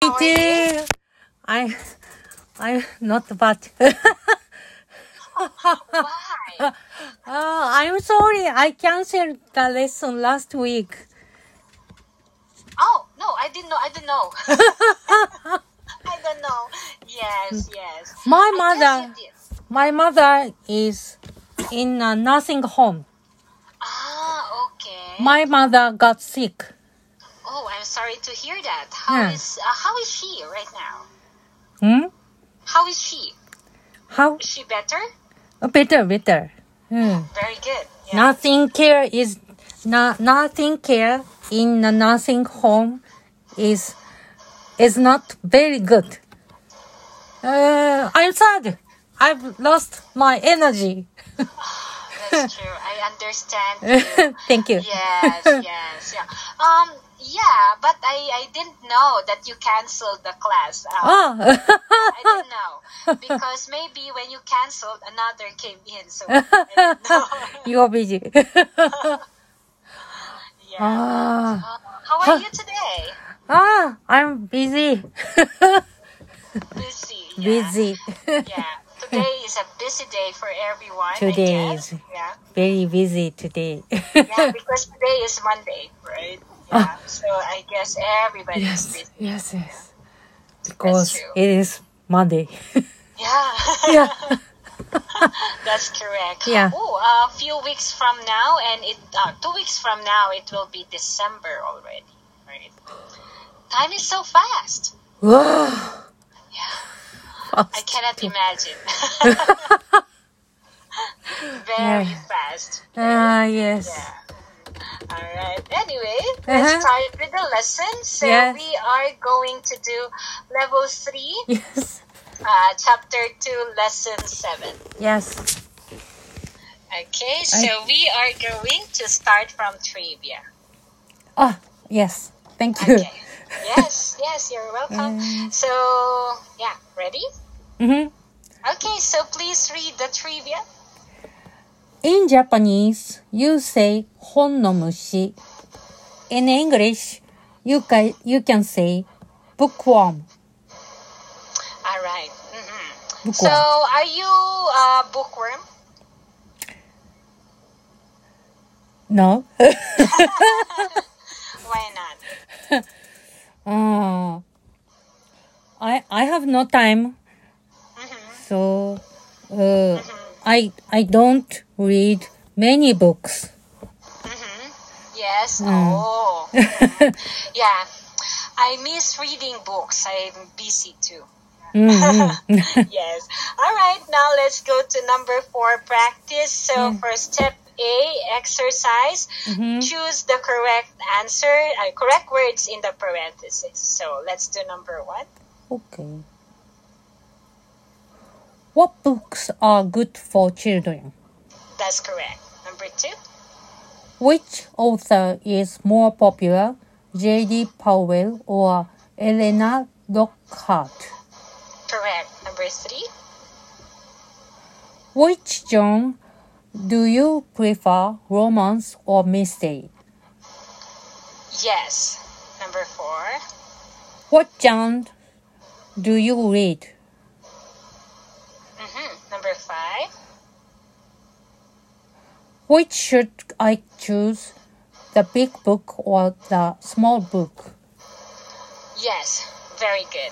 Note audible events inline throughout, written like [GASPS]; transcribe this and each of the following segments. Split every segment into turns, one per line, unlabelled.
How are you?
Still, I, I'm not bad. [LAUGHS]
Why?
Oh, I'm sorry. I canceled the lesson last week.
Oh no, I didn't know. I didn't know. [LAUGHS] I don't know. Yes, yes.
My
I
mother,
just did.
my mother is in a nursing home.
Ah, okay.
My mother got sick.
oh, I'm sorry to hear that. How
Yeah.
is uh, how is she right now?
Hmm?
How is she?
How? Oh,
Is she better?
Better, better. Hmm.
Very good. Yeah.
Nothing care is no, nothing care in a nursing home is is not very good. Uh, I'm sad. I've lost my energy. [LAUGHS]
That's true. I understand.
Thank you.
yes,
[LAUGHS]
yes, yeah. Um, yeah, but I I didn't know that you canceled the class. Um,
Oh,
I didn't know because maybe when you canceled, another came in. So
[LAUGHS]
I didn't know.
[LAUGHS] you are busy.
[LAUGHS] yeah.
ah,
Uh, how are you today?
ah, I'm busy. [LAUGHS]
Busy. Yeah.
busy.
Yeah. Today is a busy day for everyone.
Today
I guess.
is-
Yeah.
[LAUGHS] Very busy today. [LAUGHS]
Yeah. Because today is Monday, right? Yeah. So I guess everybody is
Oh. yes,
busy.
yes, yes. Because
true.
it is Monday. [LAUGHS] yeah.
Yeah. [LAUGHS] That's correct.
Yeah.
Oh, a few weeks from now, and it uh, two weeks from now, it will be December already. Right? Time is so fast.
Wow.
Yeah, I
Fast.
cannot imagine.
[LAUGHS]
[LAUGHS] Very
Yeah.
fast.
Ah, yes.
Yeah. All right. Anyway, let's
Uh-huh.
start with the lesson. So
Yeah.
we are going to do level three,
Yes.
uh, chapter two, lesson seven.
Yes.
Okay, so we are going to start from trivia.
Ah, yes. Thank you. [LAUGHS]
Okay. yes, yes, you're welcome.
Uh.
So, yeah, ready?
Mhm.
Okay, so please read the trivia.
In Japanese, you say hon no mushi. In English, you can, you can say bookworm.
All right. Mm-hmm.
Bookworm.
So, are you a bookworm?
No?
Why not?
Ah. I, I have no time. So, uh, I, I don't read many books. [LAUGHS]
Yes. Oh. yeah. I miss reading books. I'm busy too. [LAUGHS]
Hmm. [LAUGHS] Mm-hmm.
yes. All right. Now let's go to number four practice. So for step A, exercise, choose the correct answer, uh, correct words in the parentheses. So let's do number one.
Okay. What books are good for children?
That's correct. Number two.
Which author is more popular, J.D. Powell or Elena Lockhart?
Correct. Number three.
Which genre do you prefer, romance or mystery?
Yes. Number four.
What genre do you read?
Mm-hmm. Number five.
Which should I choose, the big book or the small book?
Yes, very good.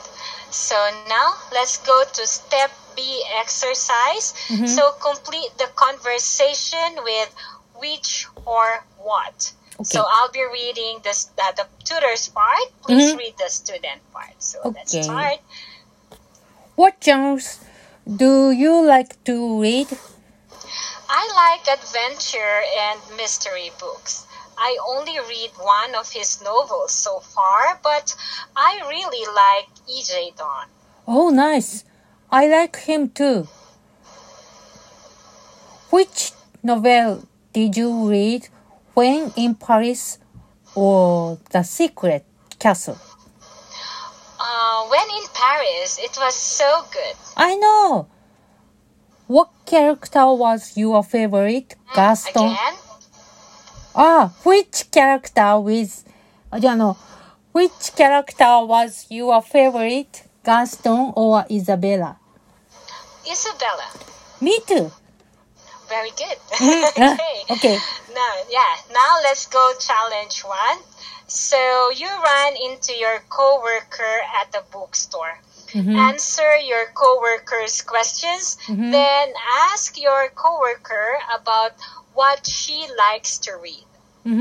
So now let's go to step B exercise.
Mm-hmm.
So complete the conversation with which or what. So
Okay.
I'll be reading this, uh, the tutor's part. Please read the student part. So let's
Mm-hmm. Okay.
start.
What genres do you like to read?
I like adventure and mystery books. I only read one of his novels so far, but I really like E E.J. Don.
Oh, nice. I like him too. Which novel did you read when in Paris or The Secret Castle?
Uh, when in Paris, it was so good.
I know. What character was your favorite? Gaston.
Again?
Ah, which character with, I don't know, Which character was your favorite, Gaston or Isabella?
Isabella.
Me too. Ah,
Very good. [LAUGHS] okay.
Okay.
Now, yeah. Now let's go challenge one. So you run into your coworker at the bookstore. Answer your coworker's questions. Then ask your coworker about what she likes to read.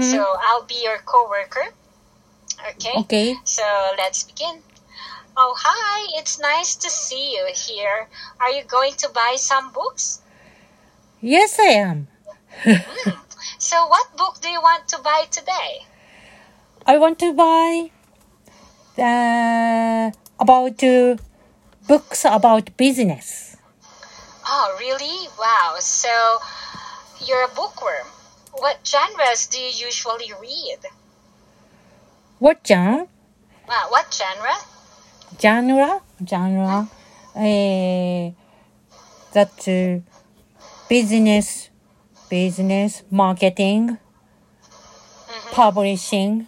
So I'll be your coworker. Okay.
Okay.
So let's begin. Oh, hi. It's nice to see you here. Are you going to buy some books?
Yes, I am.
So, what book do you want to buy today?
I want to buy uh, about uh, books about business.
Oh, really? Wow. So, you're a bookworm. What genres do you usually read?
What genre?
Wow, what genre?
genre genre uh, that uh, business business marketing publishing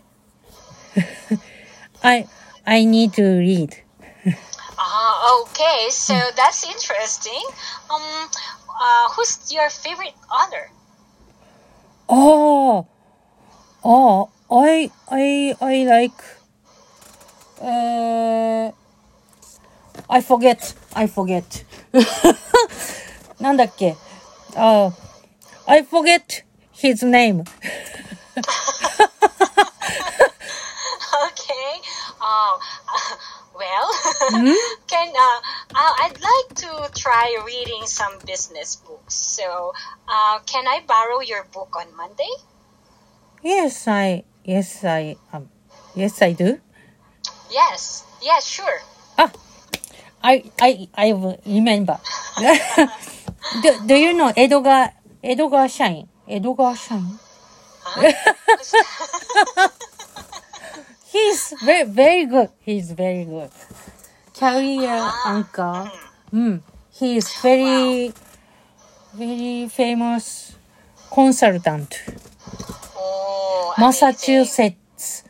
[LAUGHS] i i need to read
Ah, okay. So, that's interesting. Um, uh, who's your favorite author?
oh oh i i i like uh, i forget i forget [LAUGHS] なんだっけあ、I Uh, forget his name
[LAUGHS] Okay. Oh, [LAUGHS] well, [LAUGHS] can uh, uh, I'd like to try reading some business books. So, uh, can I borrow your book on Monday?
Yes, I. Yes, I. Um, yes, I do.
Yes. Yeah, sure.
Ah, I. I. I will remember. [LAUGHS] do, do you know Edgar Edgar Shine? Edgar Shine. [LAUGHS] He's very very good. He's very good. Career anchor. Mm. He's very very famous consultant.
Oh, amazing.
Massachusetts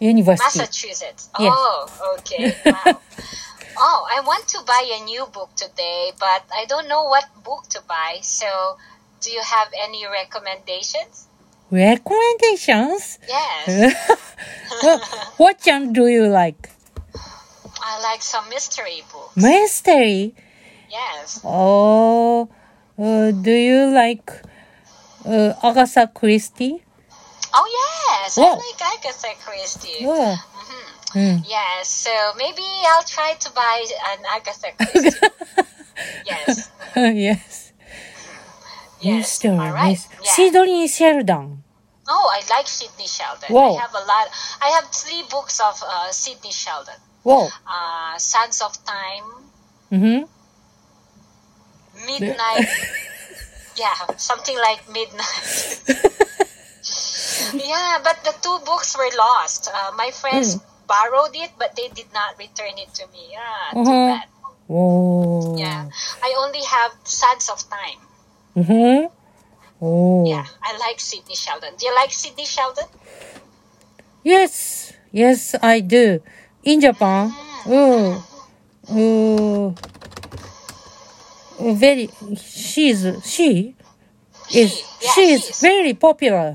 University.
Massachusetts.
Yes.
Oh, okay.
[LAUGHS]
Wow. oh, I want to buy a new book today, but I don't know what book to buy. So, do you have any recommendations?
Recommendations?
Yes.
[LAUGHS] what genre do you like?
I like some mystery books.
Mystery?
Yes.
Oh, uh, do you like uh, Agatha Christie?
Oh yes,
Wow.
I like Agatha Christie.
Yeah.
Yes, so maybe I'll try to buy an [LAUGHS] Agatha Christie. yes.
[LAUGHS] yes.
Yes.
Mystery.
All right.
mys-
Yeah.
Sidney Sheldon.
oh, I like Sidney Sheldon.
Wow.
I have a lot. I have three books of uh, Sidney Sheldon.
Whoa.
Uh, Sons of Time,
Mm-hmm. [LAUGHS]
Midnight. yeah, [LAUGHS] something like Midnight. [LAUGHS] yeah, but the two books were lost. Uh, my friends borrowed it, but they did not return it to me. Yeah, too
Mhm.
bad.
Whoa.
Uh-huh. Yeah, I only have Sons of Time.
Mm-hmm. Oh.
Yeah, I like Sidney Sheldon. Do you like Sidney Sheldon?
Yes, yes, I do. In Japan, uh, uh, very, she's, she is,
She, yeah,
she
she's.
is very popular.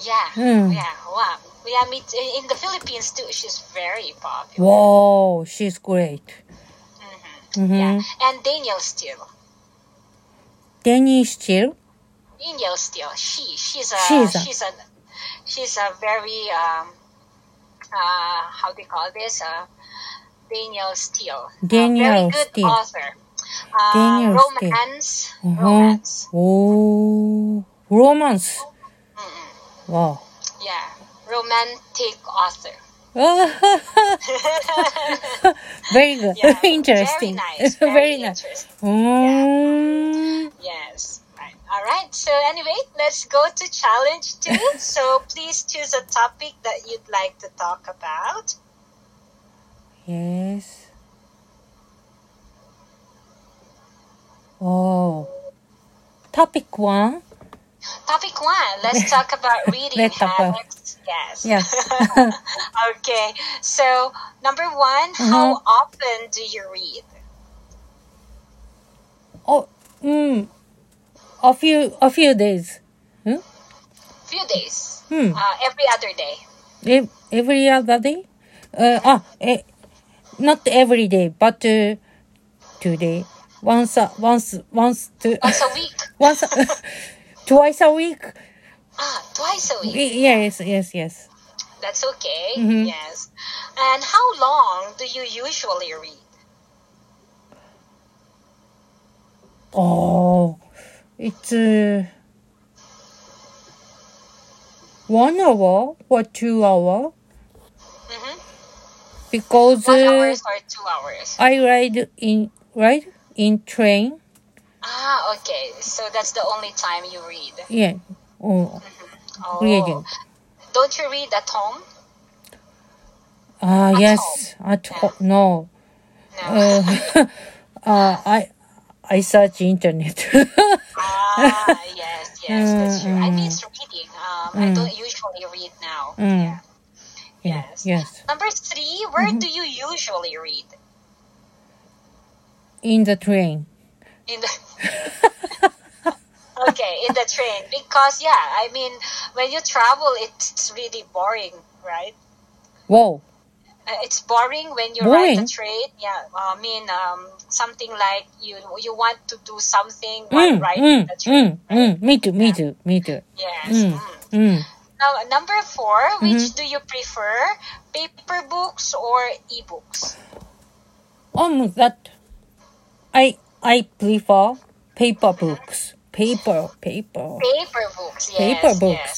Yeah,
Mm.
yeah, wow. Yeah, me t- eh, in the Philippines too. She's very popular.
Wow, she's great. Mm-hmm.
Yeah, and Daniel Steele.
Danny Steele.
Daniel Steele. She, she's a,
She's a-
she's a, she's a very um, uh, how do you call this? Uh, Daniel Steele. A very
Daniel
good
Steele.
author. Uh,
Daniel Steele.
romance,
Uh-huh.
romance.
Oh, romance. Wow. [LAUGHS]
Yeah, romantic author.
very good.
Yeah,
[LAUGHS] interesting. [LAUGHS]
Very nice. Very,
nice.
interesting.
Mm.
Yes. Right. All right. So anyway, let's go to
[LAUGHS]
challenge two. so please choose a topic that you'd like to talk about.
Yes. Oh. Topic one.
Topic one. Let's talk about reading
[LAUGHS] Let's talk about-
habits Yes.
Yeah.
[LAUGHS] okay. So, number one,
Mm-hmm.
how often do you read?
Oh, mm, a few a few days. Hmm?
Few days.
Hmm.
Uh, every other day.
Ev- every other day? Uh, ah, eh, not every day, but uh, today. Once, a once, once, to,
Once a week.
[LAUGHS]
[GASPS]
once, a- twice a week.
Ah, twice a week.
Y- Yes, yes, yes.
That's okay.
Mm-hmm.
Yes. And how long do you usually read?
Oh, it's uh, one hour or two hour
hmm
because
One
uh,
hours or two hours?
I ride in ride in train.
Ah, okay. So that's the only time you read.
Yeah. Oh,
Oh.
reading.
Don't you read at home?
Ah,
At
yes. At ho- no.
No.
Uh, [LAUGHS] uh, I I search internet. [LAUGHS]
ah, yes, yes, that's true. I
Mm,
miss reading. Um, I don't usually read now.
Mm.
Yeah.
Yeah,
Yes.
yes.
Number three, where do you usually read?
In the train.
In the okay, in the train because yeah, I mean when you travel, it's really boring, right?
Whoa.
Uh, it's boring when you ride
Boring?
the train. Yeah, I mean um, something like you you want to do something while riding the train.
mm, mm. Me too, me too, me too.
Yes.
Mm, Mm-hmm.
mm.
mm.
Now, number four, which do you prefer, paper books or ebooks?
Um, that I I prefer paper books. Paper, paper,
Paper books, yes.
paper
yes.
books.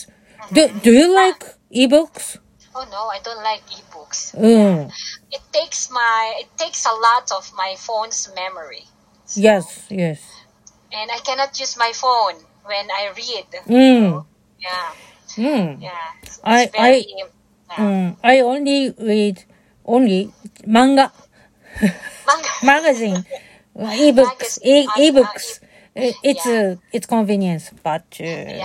Do Do you like ebooks?
Oh no, I don't like ebooks.
Mm.
It takes my it takes a lot of my phone's memory,
Yes, yes.
and I cannot use my phone when I read.
Mm,
Yeah,
mm.
yeah. It's
I-
very, yeah.
Mm, I only read only manga
[LAUGHS] Manga.
magazine, uh, ebooks, e-
Magazine, uh,
ebooks. I- It's
yeah.
uh, it's convenience, but uh, uh,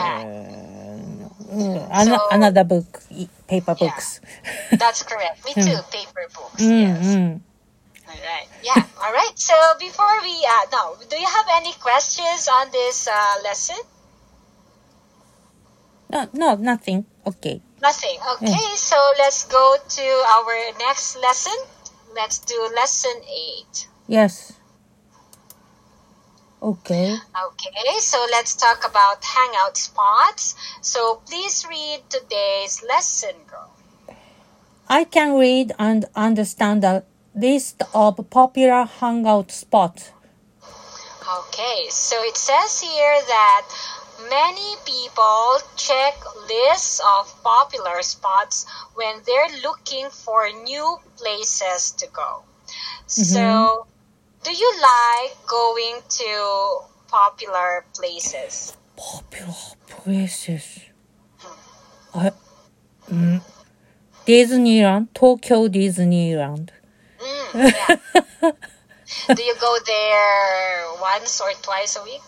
an-
So-
another book, e- paper
Yeah.
books. [LAUGHS]
That's correct. Me too. Paper books.
Mm,
Yes.
mm.
All right. Yeah. All right. So before we uh, now, do you have any questions on this uh, lesson?
No, no, nothing. Okay.
Nothing. Okay. So let's go to our next lesson. Let's do lesson eight.
Yes. Okay.
Okay. So let's talk about hangout spots. So please read today's lesson, girl.
I can read and understand a list of popular hangout spots.
Okay. So it says here that many people check lists of popular spots when they're looking for new places to go. So,
Mm-hmm.
do you like going to popular
[LAUGHS]
places?
Popular places. I, mm, Disneyland, Tokyo Disneyland.
Mm, yeah. do you go there once or twice a week?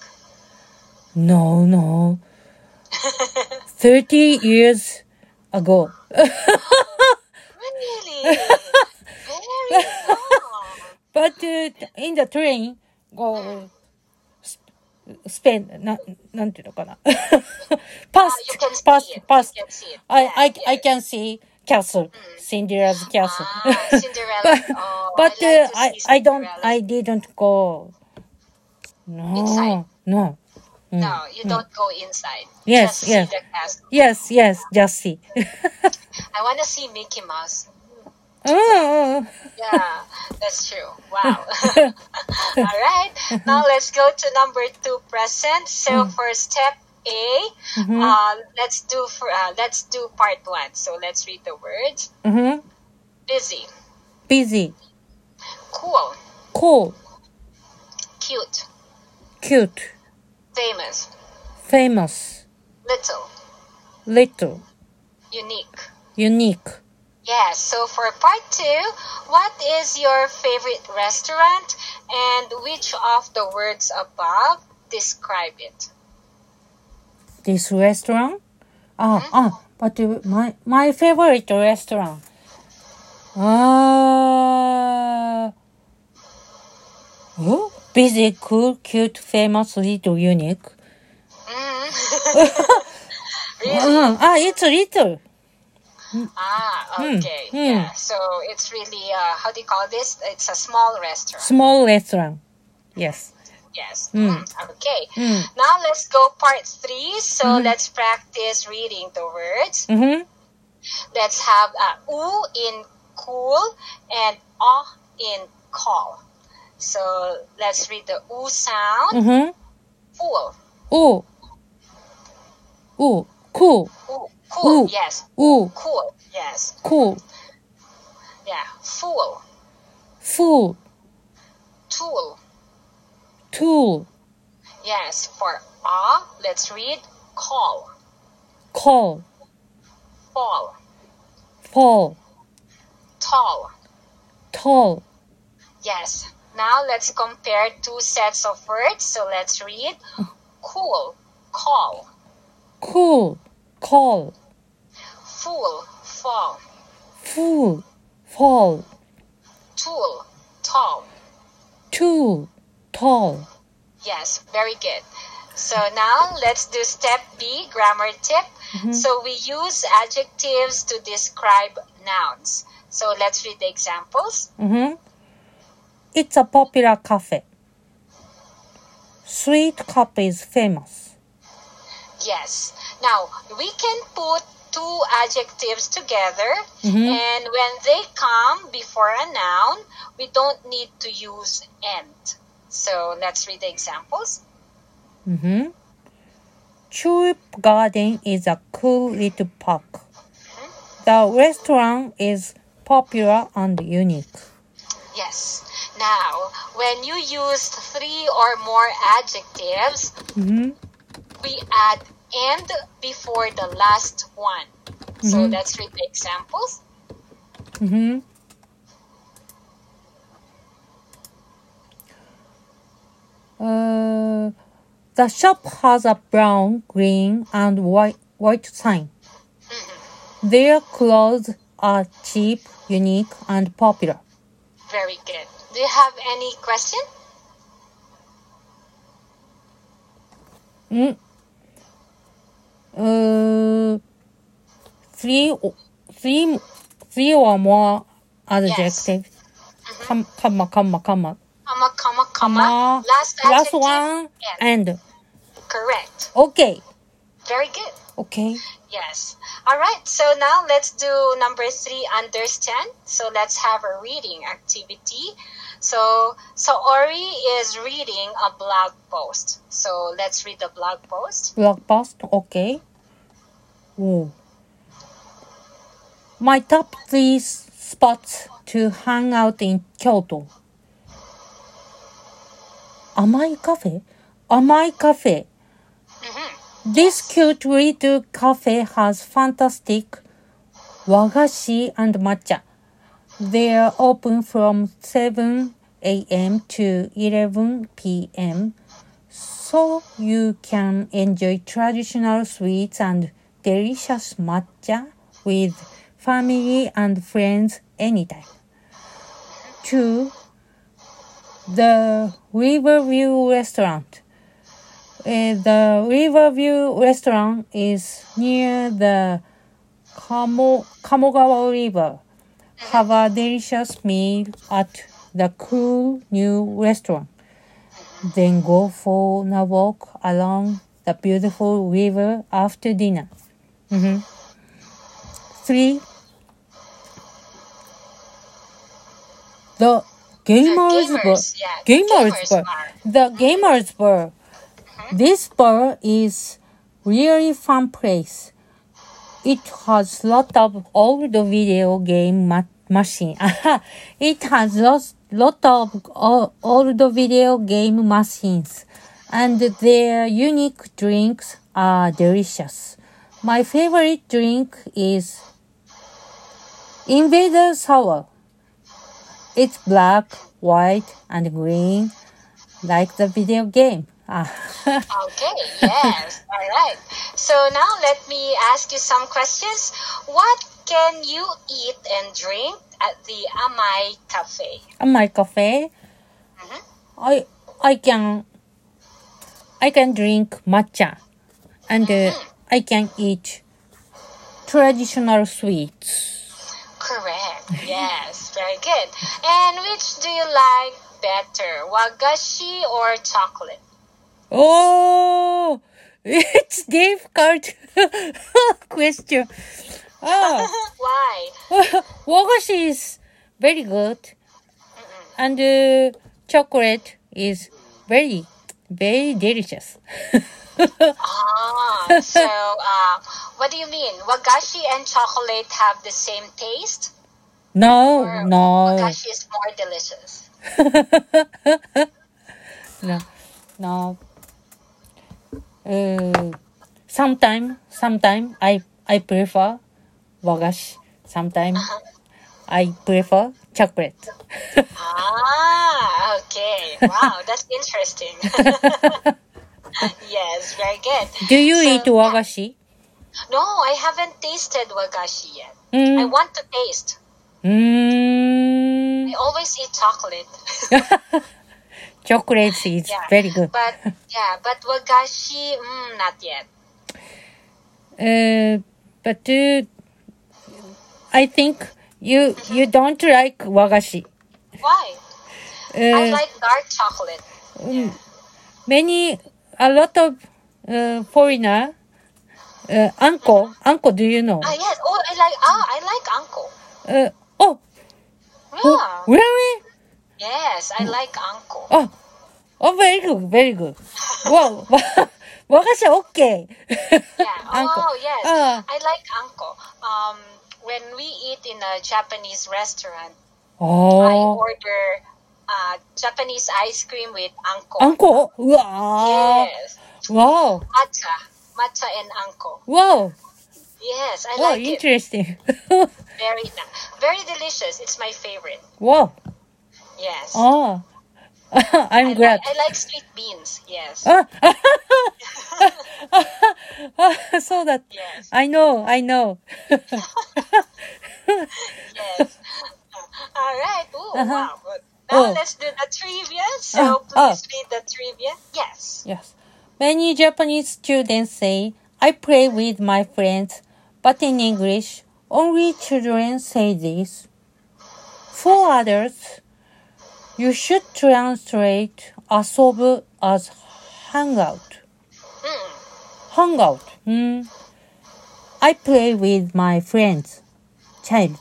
No, no. 30 years ago. [LAUGHS]
Really? Very long.
But uh, in the train, go, uh, spend, ななんていうのかな。
Ah,
[LAUGHS] past,
you can see
past,
it.
past.
You can see it.
I,
Yeah,
I, I
yeah. Mm.
can see castle, Cinderella's castle.
Ah, Cinderella.
[LAUGHS] but
Oh,
but
I
uh,
like to
I,
see
I don't,
Cinderella.
I didn't go. No,
Inside?
no. Mm.
No, you don't go inside.
Yes,
Just
yes.
see the castle.
Yes, yes, just see. [LAUGHS]
I want to see Mickey Mouse.
oh,
Yeah, [LAUGHS] that's true.
[LAUGHS]
Wow. [LAUGHS] All right. Now let's go to number two present. So
Mm.
for step A,
Mm-hmm.
uh, let's do for uh, let's do part one. So let's read the words.
mm-hmm.
Busy,
busy,
cool,
cool,
cute,
cute,
famous,
famous,
little,
little,
unique.
unique.
Yes. So for part two, what is your favorite restaurant, and which of the words above describe it?
This restaurant? Ah, ah, But uh, my my favorite restaurant. Ah. oh, busy, cool, cute, famous, little, unique. [LAUGHS] Uh, ah, it's little.
Ah, okay. Yeah. So it's really uh, how do you call this? It's a small restaurant.
Small restaurant. Yes.
Yes. Mm, Okay. Now let's go part three. So let's practice reading the words.
Mm-hmm.
Let's have uh, oo in cool and ah in call. So let's read the oo sound.
Mm-hmm.
Cool.
Ooh. Ooh. Cool.
Ooh, cool.
Ooh.
Yes.
Ooh.
Cool. Yes.
Cool.
Yeah. Fool.
Fool.
Tool.
Tool.
Yes. For ah, let's read call.
Call.
Fall.
Fall.
Tall.
Tall.
Yes. Now let's compare two sets of words. So let's read cool, call,
Cool. Call.
fool, fall,
Fool. Fall.
tool, tall.
Tool. Tall.
Yes, very good. So now let's do step B, grammar tip. So we use adjectives to describe nouns. So let's read the examples.
Mm-hmm. It's a popular cafe. Sweet cup is famous.
Yes. Now we can put two adjectives together,
Mhm.
and when they come before a noun, we don't need to use and. So let's read the examples.
Mm-hmm. Tulip Garden is a cool little park. The restaurant is popular and unique.
Yes. Now, when you use three or more adjectives,
Mm-hmm.
we add and before the last one. So let's read the examples.
Mm-hmm. Uh, the shop has a brown, green, and white, white sign. Their clothes are cheap, unique, and popular.
Very good. Do you have any question?
Mm. Uh, three, o- three, three or more adjectives. Come, come, come, come,
Comma, comma, comma.
come.
Last
Last
adjective.
one
And.
and
Correct.
okay,
Very good.
okay.
Yes. All right. So now let's do number three, understand. So let's have a reading activity. So, so Ori is reading a blog post. So let's read the blog post.
Blog post, okay. Ooh. My top three s- spots to hang out in Kyoto. Amai Cafe? Amai Cafe. This cute little cafe has fantastic wagashi and matcha. They are open from 7 a.m. to 11 p.m so you can enjoy traditional sweets and delicious matcha with family and friends anytime. Two, the Riverview Restaurant. Uh, the Riverview Restaurant is near the Kamo, Kamogawa River. Have a delicious meal at the cool new restaurant then go for a walk along the beautiful river after dinner. Mhm. Three. The gamers bar.
gamers, yeah,
Gamers,
gamers
bar.
bar.
The gamers bar. This bar is really fun place. It has lot of old video game ma- machine. it has lots lot of o- old video game machines, and their unique drinks are delicious. My favorite drink is Invader Sour. It's black, white, and green, like the video game. Ah. [LAUGHS]
okay, yes. All right. So now let me ask you some questions. What can you eat and drink at the Amai Cafe?
At my cafe, I I can I can drink matcha, and uh, I can eat traditional sweets.
Correct. Yes, very good. And which do you like better, wagashi or chocolate?
Oh, [LAUGHS] it's difficult [LAUGHS] question. Oh, [LAUGHS]
Why?
wagashi is very good, and uh, chocolate is very very delicious. [LAUGHS]
Ah, so uh, what do you mean? Wagashi and chocolate have the same taste?
no, Oh, no.
Wagashi is more delicious.
no, no. Uh, sometime, sometime I I prefer wagashi. Sometime I prefer chocolate. [LAUGHS]
Ah, okay.
[LAUGHS]
Wow, that's interesting. yes, very good.
Do you
So-
eat wagashi?
No, I haven't tasted wagashi yet. I
Mm.
want to taste.
Mm.
I always eat chocolate.
[LAUGHS]
[LAUGHS]
Chocolate is
Yeah,
very good.
But yeah, but wagashi, mm, not yet.
Uh, but uh, I think you you don't like wagashi.
Why? I
Uh,
like dark chocolate.
many a lot of uh, foreigner uh, uncle uncle do you know
Ah yes. Oh, I like. Oh, I like uncle.
uh, oh
Yeah.
really
Yes, I like
[LAUGHS]
uncle.
oh oh very good very good wow [LAUGHS] wagashi okay
Yeah.
uncle
Oh yes,
Ah.
I like uncle. Um, when we eat in a Japanese restaurant, I
oh
order uh, Japanese ice cream with uncle.
uncle wow
Yes,
wow
matcha, matcha and uncle.
wow
Yes, I
wow
like it.
Oh, interesting [LAUGHS]
Very, na- very delicious. It's my favorite.
wow
Yes.
oh [LAUGHS] I'm
I
glad
Like, I like sweet beans.
[LAUGHS]
Yes.
Ah. so that
Yes.
I know, I know. [LAUGHS]
Yes. [LAUGHS] All right. Ooh,
Uh-huh.
wow. Now
Oh.
let's do the trivia.
Uh,
So
oh.
please read the trivia. Yes.
yes. Many Japanese students say, I play with my friends, but in English, only children say this. For others, you should translate asobu as hangout.
Hmm.
Hangout. Hmm. I play with my friends. Child.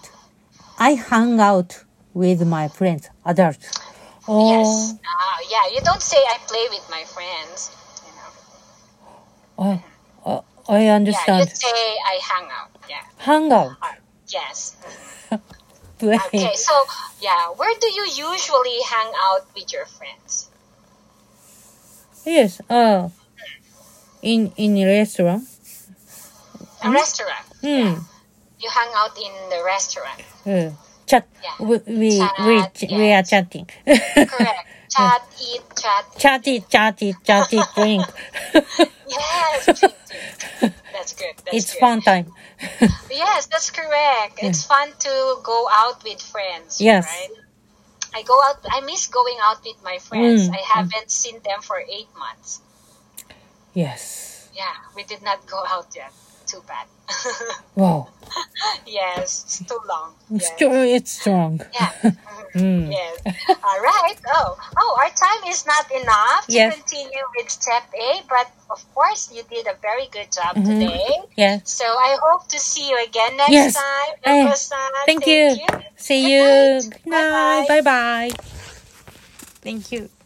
I hang out with my friends. Adult. Oh.
Yes. Ah, yeah. You don't say I play with my friends. You know.
Oh, oh, I
Yeah. You
understand.
say I hang out. Yeah.
Hangout.
Yes.
Play.
Okay. So yeah, where do you usually hang out with your friends?
Yes. Uh, in in restaurant.
A restaurant.
Hmm.
You hang out in the restaurant.
Uh, chat.
Yeah.
We we
Chat,
we, ch- we are
yes.
chatting.
Correct. Chat, eat, chat.
[LAUGHS] chatty, chatty,
[LAUGHS]
chatty, drink.
Yes.
[LAUGHS]
drink, drink. That's good. That's
it's
good.
fun time.
Yes, that's correct. It's fun to go out with friends.
Yes.
Right? I go out. I miss going out with my friends.
Mm,
I haven't seen them for eight months.
Yes.
Yeah, we did not go out yet. Too bad. [LAUGHS]
Wow.
yes, it's too long.
[LAUGHS] It's
Yes.
strong. It's strong.
Yeah. Mhm. Yes.
[LAUGHS]
All right. Oh, oh, our time is not enough to
Yes.
continue with step A, but of course, you did a very good job today.
[LAUGHS] Yes.
So I hope to see you again next
Mm-hmm. Yes.
time.
Eh,
Elko-san.
Thank you. See
Good
you. Good
night.
night. Bye bye. Thank you.